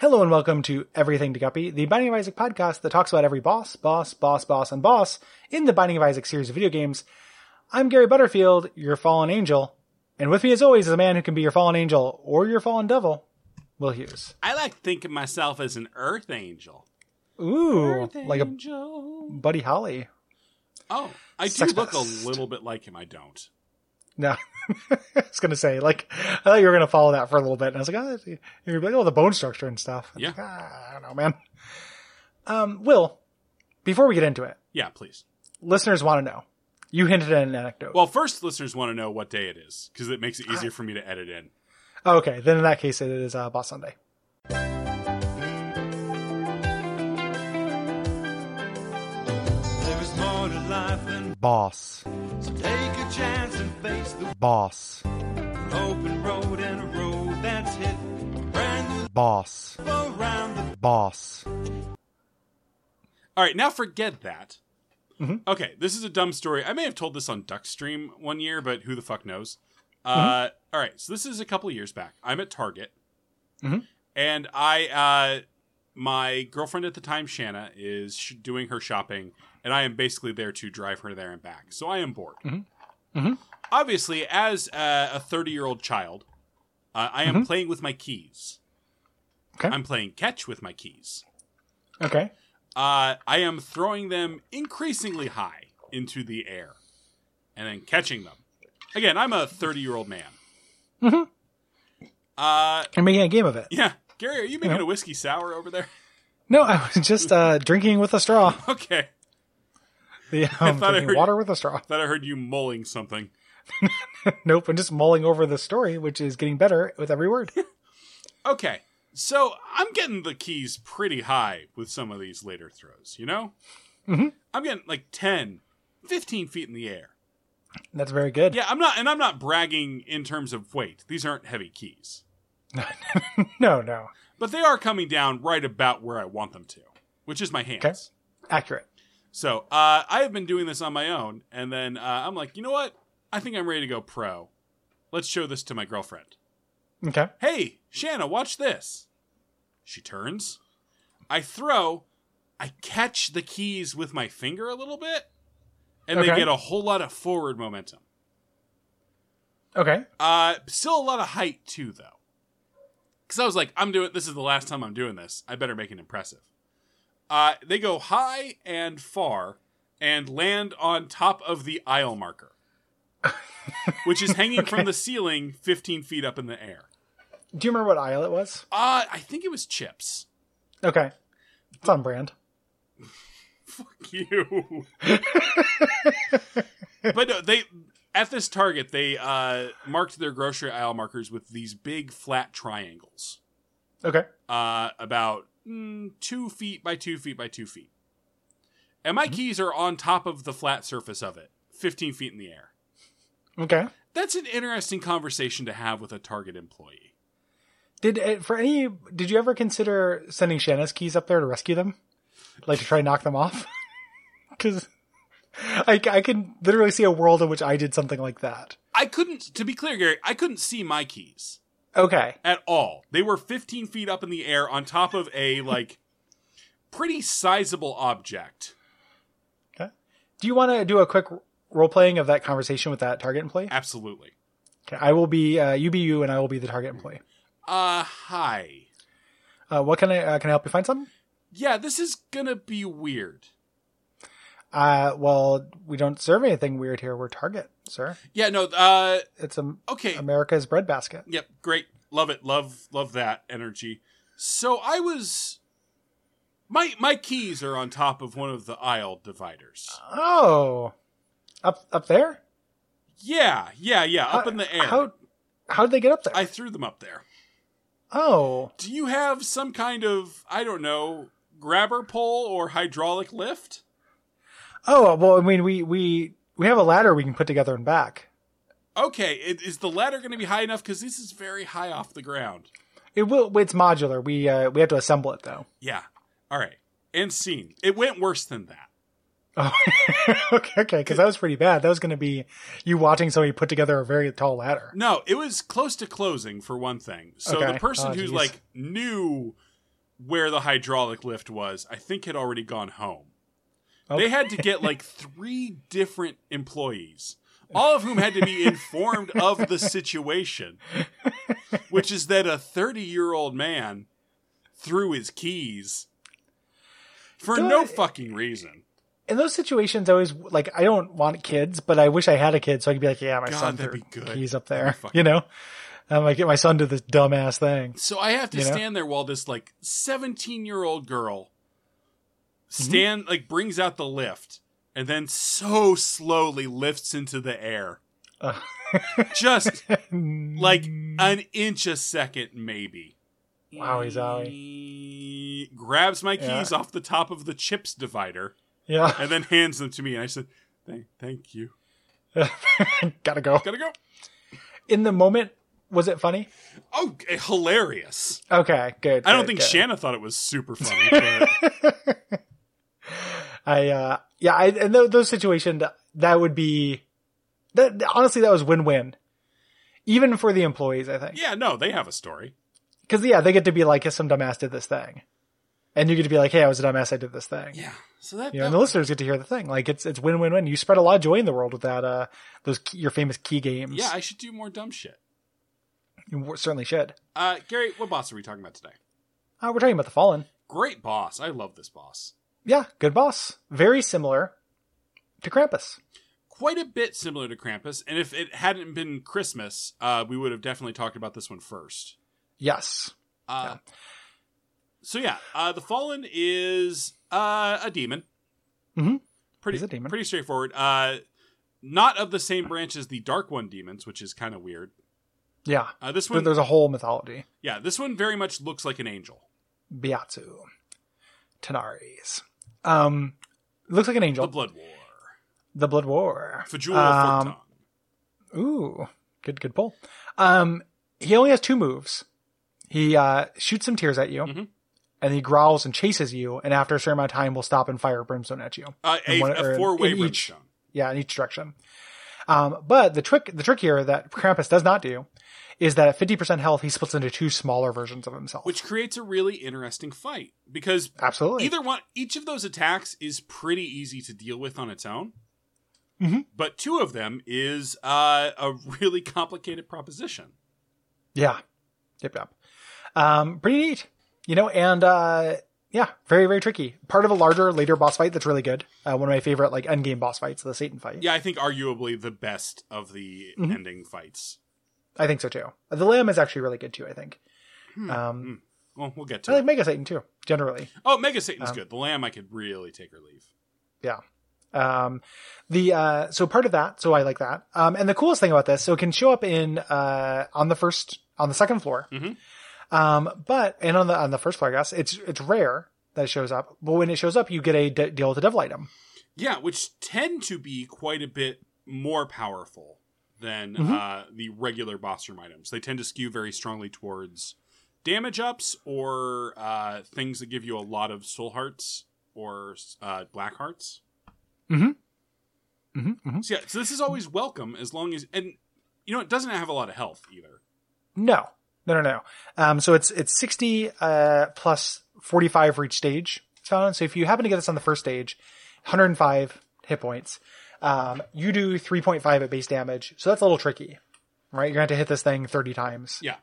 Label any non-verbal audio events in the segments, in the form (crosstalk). Hello and welcome to Everything to Guppy, the Binding of Isaac podcast that talks about every boss, boss, boss, boss, and boss in the Binding of Isaac series of video games. I'm Gary Butterfield, your fallen angel, and with me as always is a man who can be your fallen angel or your fallen devil, Will Hughes. I like to think of myself as an earth angel. Ooh, Earth like a angel. Buddy Holly. Oh, I do Sex look pest. a little bit like him. I don't. No, (laughs) I was gonna say like I thought you were gonna follow that for a little bit, and I was like, oh, that's- you're like, oh, the bone structure and stuff. I was Yeah. like, ah, I don't know, man. Um, Will, before we get into it, Yeah, please. listeners want to know. You hinted at an anecdote. Well, first, listeners want to know what day it is because it makes it easier for me to edit in. Oh, okay, then in that case, it is uh, Boss Sunday. There is more to life than Boss, so take a chance and face the boss, open road and a road that's hit. Brand boss, new around the boss. All right, now forget that. Okay, this is a dumb story. I may have told this on Duckstream one year, but who the fuck knows? Uh, all right, so this is a couple of years back. I'm at Target, Mhm. and I, uh, my girlfriend at the time, Shanna, is sh- doing her shopping, and I am basically there to drive her there and back. So I am bored. Mhm. Obviously, as uh, a 30 year old child, uh, I am playing with my keys. Okay. I'm playing catch with my keys Okay, uh, I am throwing them increasingly high into the air and then catching them. Again, I'm a 30 year old man. Uh, I'm making a game of it. yeah. Gary, are you making a whiskey sour over there? (laughs) No, I was just uh, drinking with a straw. (laughs) Okay. The, um, thought I drinking heard- water with a straw. (laughs) Thought I heard you mulling something. Nope, I'm just mulling over the story, which is getting better with every (laughs) word. Okay. So I'm getting the keys pretty high with some of these later throws, you know? I'm getting like 10, 15 feet in the air. That's very good. Yeah, I'm not, and I'm not bragging in terms of weight. These aren't heavy keys. No, no, but they are coming down right about where I want them to, which is my hands. Okay. accurate. So uh, I have been doing this on my own, and then uh, I'm like, you know what? I think I'm ready to go pro. Let's show this to my girlfriend. Okay. Hey, Shanna, watch this. She turns. I throw. I catch the keys with my finger a little bit, and they Okay. get a whole lot of forward momentum. Okay. Uh, still a lot of height too, though. Because I was like, I'm doing. This is the last time I'm doing this. I better make it impressive. Uh, they go high and far and land on top of the aisle marker, which is hanging from the ceiling 15 feet up in the air. Do you remember what aisle it was? Uh, I think it was chips. (laughs) Okay. It's on brand. Fuck you. but no, they at this Target they uh, marked their grocery aisle markers with these big flat triangles. Okay. uh, about mm, two feet by two feet by two feet. And my keys are on top of the flat surface of it, 15 feet in the air. Okay. That's an interesting conversation to have with a Target employee. Did it, for any? Did you ever consider sending Shanna's keys up there to rescue them, like to try and knock them off? (laughs) Because I, I can literally see a world in which I did something like that. I couldn't, to be clear, Gary, I couldn't see my keys Okay. at all. They were 15 feet up in the air on top of a, like, pretty sizable object. Do you want to do a quick role playing of that conversation with that target employee? Absolutely. Okay. I will be uh, you be you, and I will be the target employee. Uh, hi. Uh, what can I uh, can I help you find something? Yeah, this is gonna be weird. Uh, well, we don't serve anything weird here. We're Target, sir. Yeah, no, uh, It's a, okay. America's breadbasket. Yep, great. Love it. Love love that energy. So I was my my keys are on top of one of the aisle dividers. Oh, up up there? Yeah, yeah, yeah, up in the air. How how did they get up there? I threw them up there. oh, Do you have some kind of, I don't know, grabber pole or hydraulic lift? oh. Well, I mean, we we we have a ladder we can put together and back. Okay, i- is the ladder going to be high enough cuz this is very high off the ground. It will. It's modular. We uh, we have to assemble it though. (laughs) Yeah. All right. And scene. It went worse than that. Oh, okay, okay. Because that was pretty bad. That was going to be you watching somebody put together a very tall ladder. No, it was close to closing for one thing. So Okay. the person Oh, who's geez. like new where the hydraulic lift was, I think had already gone home. Okay. They had to (laughs) get like three different employees, all of whom had to be informed of the situation, which is that a 30 year old man threw his keys for Do no I- fucking reason. In those situations, I always like I don't want kids, but I wish I had a kid so I could be like, yeah, my God, son that'd threw be good. keys up there, Fucking- you know. I'm like, get my son to this dumbass thing. So I have to You know? stand there while this like 17 year old girl Mm-hmm. stand like brings out the lift and then so slowly lifts into the air. (laughs) Ugh. Just like an inch a second, maybe. Wowie zowie. Grabs my Yeah. keys off the top of the chips divider (laughs) yeah, (laughs) and then hands them to me. And I said, Thank, thank you. gotta go. Gotta go. In the moment, was it funny? Oh, eh, hilarious. Okay, good. I don't good, think good. Shanna thought it was super (laughs) funny. But I uh yeah, I in those, those situations that would be that honestly that was win-win. Even for the employees, I think. yeah, no, they have a story. Cuz yeah, they get to be like some dumbass did this thing. And you get to be like, "Hey, I was a dumbass, I did this thing." Yeah. So that, You know, that and the listeners get to hear the thing. Like it's it's win-win-win. You spread a lot of joy in the world with that uh those key, your famous key games. Yeah, I should do more dumb shit. you w- certainly should. Uh, Gary, what boss are we talking about today? Uh, we're talking about the Fallen. Great boss. I love this boss. Yeah, good boss. Very similar to Krampus. Quite a bit similar to Krampus, and if it hadn't been Christmas, uh, we would have definitely talked about this one first. Yes. Uh, So yeah, uh, the Fallen is uh, a demon. Mhm. Pretty He's a demon. Pretty straightforward. Uh, not of the same branch as the Dark One demons, which is kind of weird. Yeah. Uh, this There- one, There's a whole mythology. yeah, this one very much looks like an angel. Biatsu. Tenaris. Um, looks like an angel. The The, Blood War, Blood War. Fajul Um, Folktongue. Ooh, good, good pull. Um, he only has two moves. He uh, shoots some tears at you, Mhm. and he growls and chases you. And after a certain amount of time, will stop and fire brimstone at you. Uh, and a, one- or a in four-way each- brimstone. Yeah, in each direction. Um, but the trick, the trick here that Krampus does not do, is that at fifty percent health, he splits into two smaller versions of himself. which creates a really interesting fight because absolutely either one each of those attacks is pretty easy to deal with on its own Mhm. but two of them is uh, a really complicated proposition Yeah. Yep, yep. Um, pretty neat. You know, and uh yeah, very, very tricky. Part of a larger later boss fight that's really good. Uh, one of my favorite like endgame boss fights, the Satan fight. yeah i think arguably the best of the Mhm. ending fights I think so too. The Lamb is actually really good too, I think. Um Hmm. well we'll I get to like it Mega Satan too, generally. oh mega satan's Uh, um, good the lamb i could really take or leave Um, the uh, so part of that, so I like that. Um, and the coolest thing about this, so it can show up in uh on the first on the second floor. Mhm. Um, but and on the on the first floor, I guess it's it's rare that it shows up. But when it shows up, you get a de- deal with a devil item. yeah which tend to be quite a bit more powerful than Mhm. uh, the regular boss room items they tend to skew very strongly towards damage ups or uh, things that give you a lot of soul hearts or uh, black hearts hmm hmm so yeah so this is always welcome as long as and you know it doesn't have a lot of health either No, no, no, no. Um, so it's it's sixty uh, plus forty five for each stage. It's found. So if you happen to get this on the first stage, one hundred and five hit points. Um, you do three point five at base damage. So that's a little tricky, right? You're going to have to hit this thing thirty times. Yeah.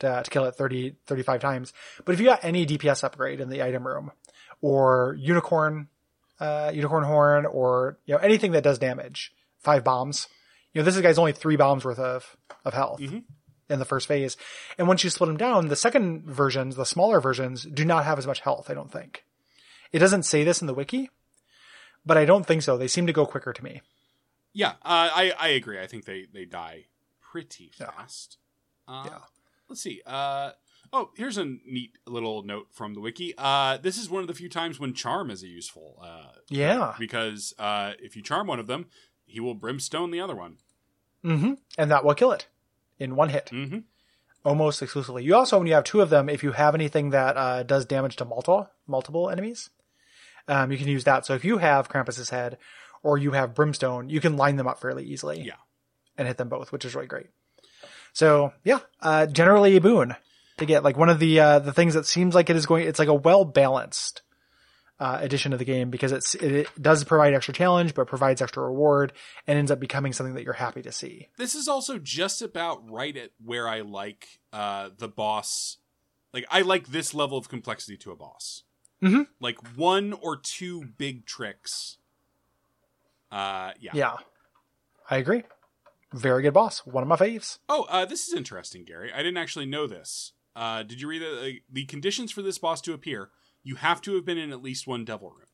To, to kill it 30, 35 times. But if you got any DPS upgrade in the item room or unicorn, uh, unicorn horn or, you know, anything that does damage, five bombs, you know, this guy's only three bombs worth of, of health Mhm. in the first phase. And once you split them down, the second versions, the smaller versions, do not have as much health, I don't think. It doesn't say this in the wiki, but I don't think so. They seem to go quicker to me. yeah uh, i i agree i think they they die pretty Yeah. fast uh, Yeah. let's see uh Oh, here's a neat little note from the wiki. Uh, this is one of the few times when charm is a useful uh, Yeah. because uh, if you charm one of them, he will brimstone the other one. hmm And that will kill it in one hit. Mm-hmm. almost exclusively. You also, when you have two of them, if you have anything that uh, does damage to multiple multiple enemies, um, you can use that. So if you have Krampus's head or you have Brimstone, you can line them up fairly easily, Yeah. and hit them both, which is really great. So yeah, uh, generally a boon. to get. Like one of the uh, the things that seems like it is going, it's like a well balanced uh, edition of the game because it's it, it does provide extra challenge, but provides extra reward and ends up becoming something that you're happy to see. This is also just about right at where I like uh, the boss. Like I like this level of complexity to a boss. Mhm. Like one or two big tricks. Uh, yeah. Yeah, I agree. Very good boss. One of my faves. Oh, uh, this is interesting, Gary. I didn't actually know this. Uh, did you read that? Like, the conditions for this boss to appear, you have to have been in at least one devil room.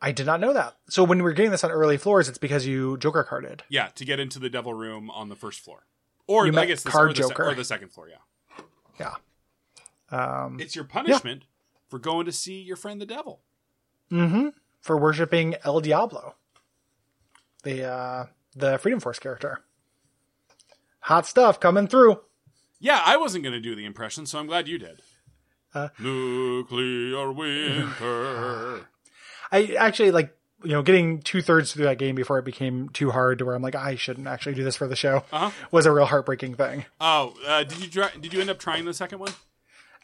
I did not know that. So when we were getting this on early floors, it's because you Joker carded. Yeah, to get into the devil room on the first floor, or You I met guess the, Card or, the se- Joker. or the second floor. Yeah, Yeah. Um, it's your punishment for going to see your friend the devil. hmm For worshiping El Diablo, the uh, the Freedom Force character. Hot stuff coming through. Yeah, I wasn't going to do the impression, so I'm glad you did. Uh, (laughs) Nuclear winter. I actually like you know getting two thirds through that game before it became too hard to where I'm like I shouldn't actually do this for the show Uh-huh. was a real heartbreaking thing. Oh, uh, did you try, did you end up trying the second one?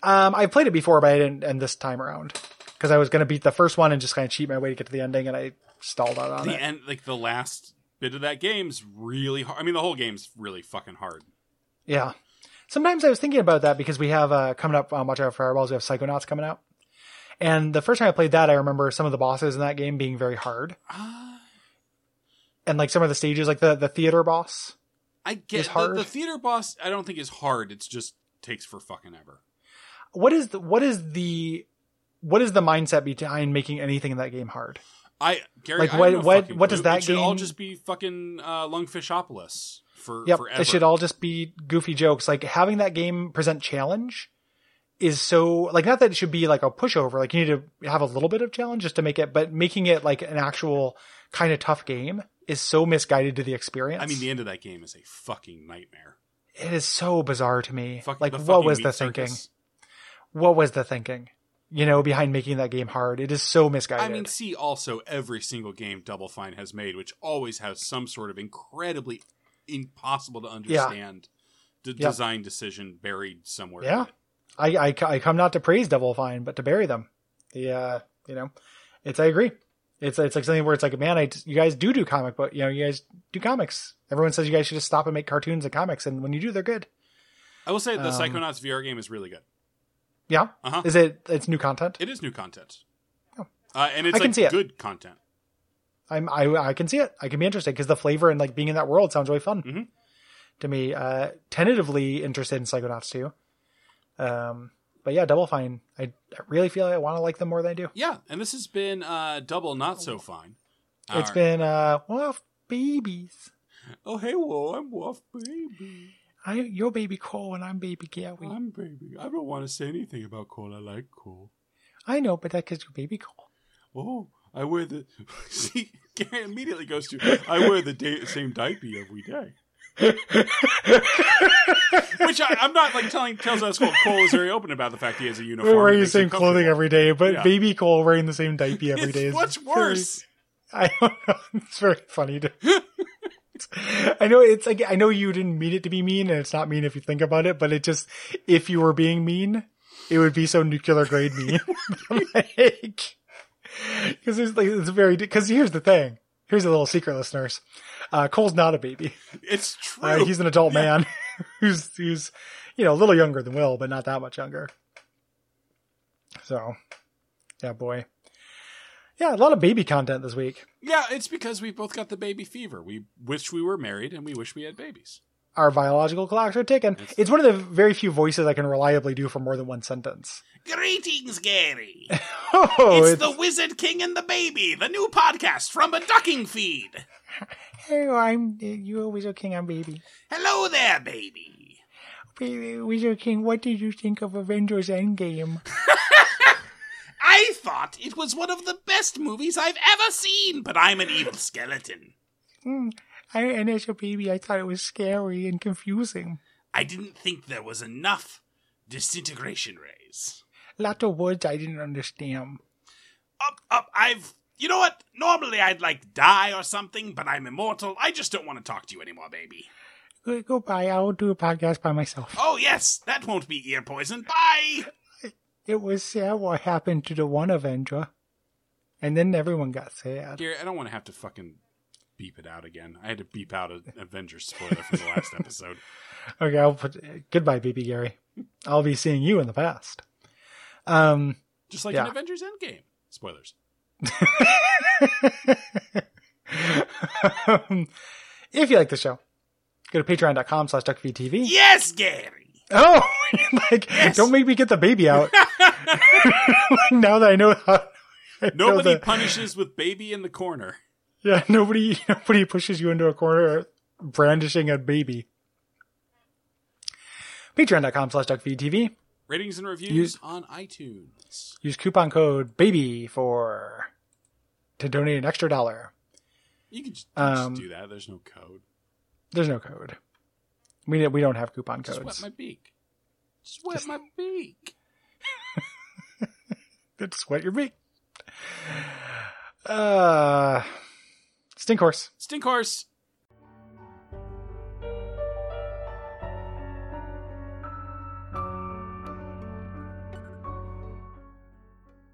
Um, I played it before, but I didn't end this time around because I was going to beat the first one and just kind of cheat my way to get to the ending, and I stalled out on The it. end, like the last bit of that game's really hard. I mean, the whole game's really fucking hard. Yeah. Sometimes I was thinking about that because we have uh, coming up on Watch Out for Fireballs, we have Psychonauts coming out. And the first time I played that, I remember some of the bosses in that game being very hard. Ah, And like some of the stages, like the, the theater boss. I get It's the, hard. the theater boss. I don't think is hard. It's just takes for fucking ever. What is the, what is the, what is the mindset behind making anything in that game hard? I Gary, Like, I what- don't know what- fucking what does clue. that it should all game- just be fucking uh, Lungfishopolis for Yep. forever. It should all just be goofy jokes. Like having that game present challenge is so like not that it should be like a pushover. Like you need to have a little bit of challenge just to make it, but making it like an actual kind of tough game is so misguided to the experience. I mean, the end of that game is a fucking nightmare. it is so bizarre to me. Fuck, like the what fucking was meat the thinking? circus. What was the thinking? You know, behind making that game hard, it is so misguided. I mean, see also every single game Double Fine has made, which always has some sort of incredibly impossible to understand d- Yeah. design decision buried somewhere. in Yeah. it. I, I I come not to praise Devil Fine, but to bury them. The uh, you know, it's I agree. It's it's like something where it's like, man, I you guys do do comic, but you know, you guys do comics. Everyone says you guys should just stop and make cartoons and comics, and when you do, they're good. I will say the Um, Psychonauts VR game is really good. Yeah, Uh huh. is it? It's new content. Oh. It is new content. Uh, and it's I can like see it. good content. I'm I I can see it. I can be interested because the flavor and like being in that world sounds really fun Mhm. to me. Uh, tentatively interested in Psychonauts too. Um, but yeah, Double Fine. I, I really feel I want to like them more than I do. Yeah, and this has been uh, double not so fine. It's Our- been uh, well, babies. oh hey whoa, I'm Wolf baby. I your baby Cole and I'm baby Gary. I'm baby. I don't want to say anything about Cole. I like Cole. I know, but that because your baby (laughs) Cole. Oh, I wear the (laughs) see. Gary immediately goes to I wear the da- same diaper every day. Which I, I'm not like telling tells us Cole, Cole is very open about the fact he has a uniform. We're wearing It the makes him same clothing comfortable. every day, but Yeah. baby Cole wearing the same diaper every (laughs) It's day is much very- worse. (laughs) I don't know. It's very funny to. (laughs) I know it's like I know you didn't mean it to be mean, and it's not mean if you think about it. But it just if you were being mean, it would be so nuclear grade (laughs) mean. (laughs) like, because it's like it's very. Because here's the thing. Here's a little secret, listeners. Uh, Cole's not a baby. It's true. Uh, he's an adult man (laughs) who's who's you know a little younger than Will, but not that much younger. So, yeah, boy, yeah, a lot of baby content this week. yeah, it's because we both got the baby fever. We wish we were married and we wish we had babies. Our biological clocks are ticking. It's- It's one of the very few voices I can reliably do for more than one sentence. Greetings, Gary. Oh, it's, it's, the Wizard King and the Baby, the new podcast from a ducking feed. (laughs) hey, I'm you, Wizard King. I'm baby. Hello there, baby. Baby, Wizard King, what did you think of Avengers Endgame? I thought it was one of the best movies I've ever seen, but I'm an evil skeleton. I, and as a baby, I thought it was scary and confusing. I didn't think there was enough disintegration rays. Lot of words I didn't understand. Up, up, I've. You know what? Normally I'd like die or something, but I'm immortal. I just don't want to talk to you anymore, baby. Go- Goodbye. I will do a podcast by myself. Oh, yes, that won't be ear poison. Bye! It was sad what happened to the one Avenger. And then everyone got sad. Gary, I don't want to have to fucking beep it out again. I had to beep out an Avengers spoiler from the (laughs) last episode. Okay, I'll put goodbye, BB Gary. I'll be seeing you in the past. Um, (laughs) Just like Yeah. an Avengers Endgame. Spoilers. if you like the show, go to patreon.com slash duckfeedtv. Yes, Gary! Oh, (laughs) like don't make me get the baby out. (laughs) Like, now that I know how. I know Nobody the- punishes with baby in the corner. yeah, (laughs) nobody. Nobody pushes you into a corner brandishing a baby. Patreon.com slash duckfeedtv. Ratings and reviews on iTunes. Use coupon code BABY for to donate an extra dollar. You can just, you can just Um, do that. There's no code. There's no code. We we don't have coupon Just wet codes. my beak. Just wet my beak. It's what you're being. Uh, stink horse. Stink horse.